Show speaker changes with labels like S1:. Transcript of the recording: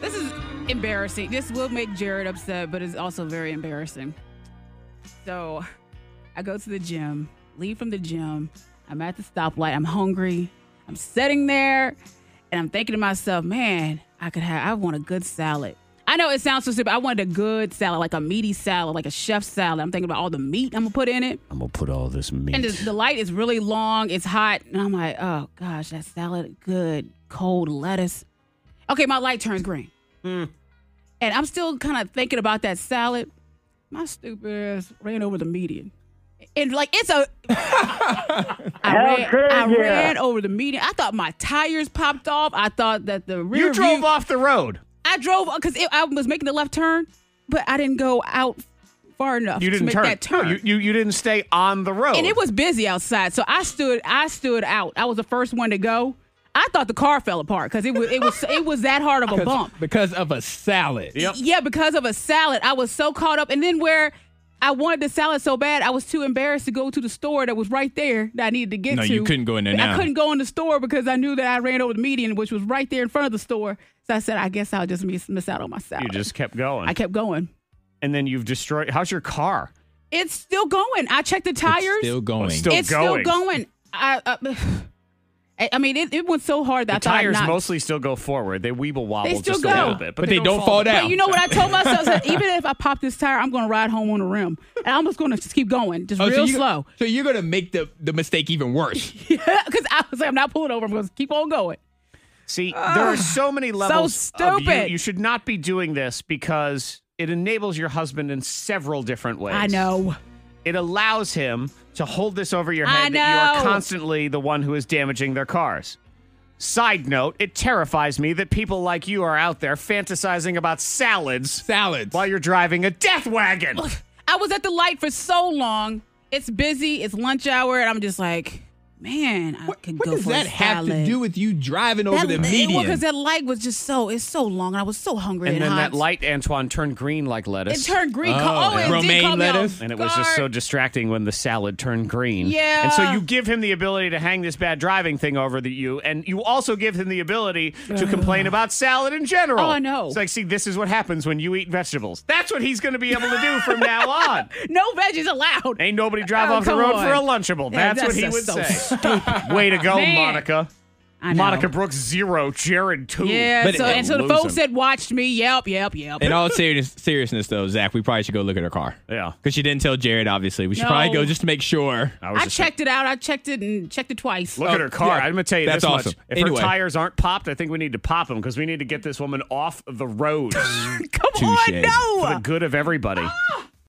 S1: This is embarrassing. This will make Jared upset, but it's also very embarrassing. So I go to the gym, leave from the gym. I'm at the stoplight. I'm hungry. I'm sitting there and I'm thinking to myself, man, I could have, I want a good salad. I know it sounds so stupid. I wanted a good salad, like a meaty salad, like a chef salad. I'm thinking about all the meat I'm gonna put in it.
S2: I'm gonna put all this meat.
S1: And the, the light is really long. It's hot. And I'm like, oh gosh, that salad, good cold lettuce. Okay, my light turns green.
S2: Mm.
S1: And I'm still kind of thinking about that salad. My stupid ass ran over the median. And like it's a I,
S3: Hell,
S1: ran,
S3: Craig,
S1: I
S3: yeah.
S1: ran over the median. I thought my tires popped off. I thought that the rear
S2: you drove
S1: view-
S2: off the road.
S1: I drove because I was making the left turn, but I didn't go out far enough
S2: You didn't
S1: to make
S2: turn.
S1: that turn.
S2: No, you, you you didn't stay on the road.
S1: and it was busy outside, so I stood. I stood out. I was the first one to go. I thought the car fell apart because it was it was it was that hard of a bump.
S4: because of a salad.
S2: Yep.
S1: Yeah, because of a salad. I was so caught up. And then where I wanted the salad so bad, I was too embarrassed to go to the store that was right there that I needed to get
S5: No,
S1: to.
S5: you couldn't go in there
S1: I
S5: now.
S1: couldn't go in the store because I knew that I ran over the median, which was right there in front of the store. So I said, I guess I'll just miss, miss out on my salad.
S2: you just kept going.
S1: I kept going.
S2: and then you've destroyed. How's your car?
S1: It's still going. I checked the tires.
S5: It's still going.
S2: It's still
S1: It's
S2: going.
S1: still going. I, I, I- I mean, it, it went so hard that
S2: The
S1: I thought I
S2: tires
S1: knocked-
S2: mostly still go forward. They weeble wobble
S1: They still
S2: just
S1: go.
S2: a little bit,
S4: But they don't fall down.
S1: But you know what I told myself? I said, even if I pop this tire, I'm going to ride home on the rim. And I'm just going to just keep going, just
S4: Oh,
S1: real
S4: so you,
S1: slow.
S4: So you're gonna make the, the mistake even worse.
S1: Because I was like, I'm not pulling over. I'm going to keep on going.
S2: See, there are so many levels. of you-
S1: stupid.
S2: you should not be doing this because it enables your husband in several different ways.
S1: I know.
S2: It allows him to hold this over your
S1: I
S2: head that you
S1: know.
S2: are constantly the one who is damaging their cars. Side note, it terrifies me that people like you are out there fantasizing about salads
S4: Salads.
S2: while you're driving a death wagon.
S1: I was at the light for so long. It's busy. It's lunch hour. And I'm just like, man, I
S4: what
S1: could
S4: what
S1: go
S4: does
S1: for
S4: that
S1: a
S4: have to
S1: salad.
S4: do with you driving over
S1: that,
S4: the median?
S1: Because that light was just so, it's so long. And I was so hungry.
S2: and
S1: And,
S2: then
S1: hot.
S2: that light, Antoine, turned green like
S1: It
S2: lettuce.
S1: turned green.
S4: Oh,
S1: Oh, it did
S4: romaine
S1: call me off
S4: lettuce?
S2: and it was just so
S1: guard.
S2: distracting when the salad turned green.
S1: Yeah.
S2: And so you give him the ability to hang this bad driving thing over the you, and you also give him the ability to complain about salad in general.
S1: Oh, I know.
S2: It's like, see, this is what happens when you eat vegetables. That's what he's going to be able to do from now on.
S1: No veggies allowed.
S2: Ain't nobody drive
S1: Oh,
S2: off the
S1: come
S2: road
S1: on.
S2: for a Lunchable.
S1: Yeah,
S2: That's, what he
S1: just
S2: would
S1: so
S2: say.
S1: stupid.
S2: Way to go,
S1: Man.
S2: Monica.
S1: I know.
S2: Monica Brooks, zero. Jared, two.
S1: Yeah,
S4: But
S1: so,
S4: it-
S1: and so the
S2: lose
S1: folks that
S2: him.
S1: watched me, yelp, yelp, yelp.
S5: In all serious, seriousness, though, Zach, we probably should go look at her car.
S2: Yeah.
S5: Because she didn't tell Jared, obviously. We should probably
S1: No.
S5: go just to make sure.
S2: I, was
S1: I
S2: just-
S1: checked Oh, it out. I checked it and checked it twice.
S2: Look at her car.
S4: yeah.
S2: I'm going to tell you
S4: That's
S2: this
S4: awesome.
S2: much. If
S4: Anyway.
S2: her tires aren't popped, I think we need to pop them because we need to get this woman off the road.
S1: Come
S5: Touche.
S1: on,
S2: for the
S1: no.
S2: good of everybody.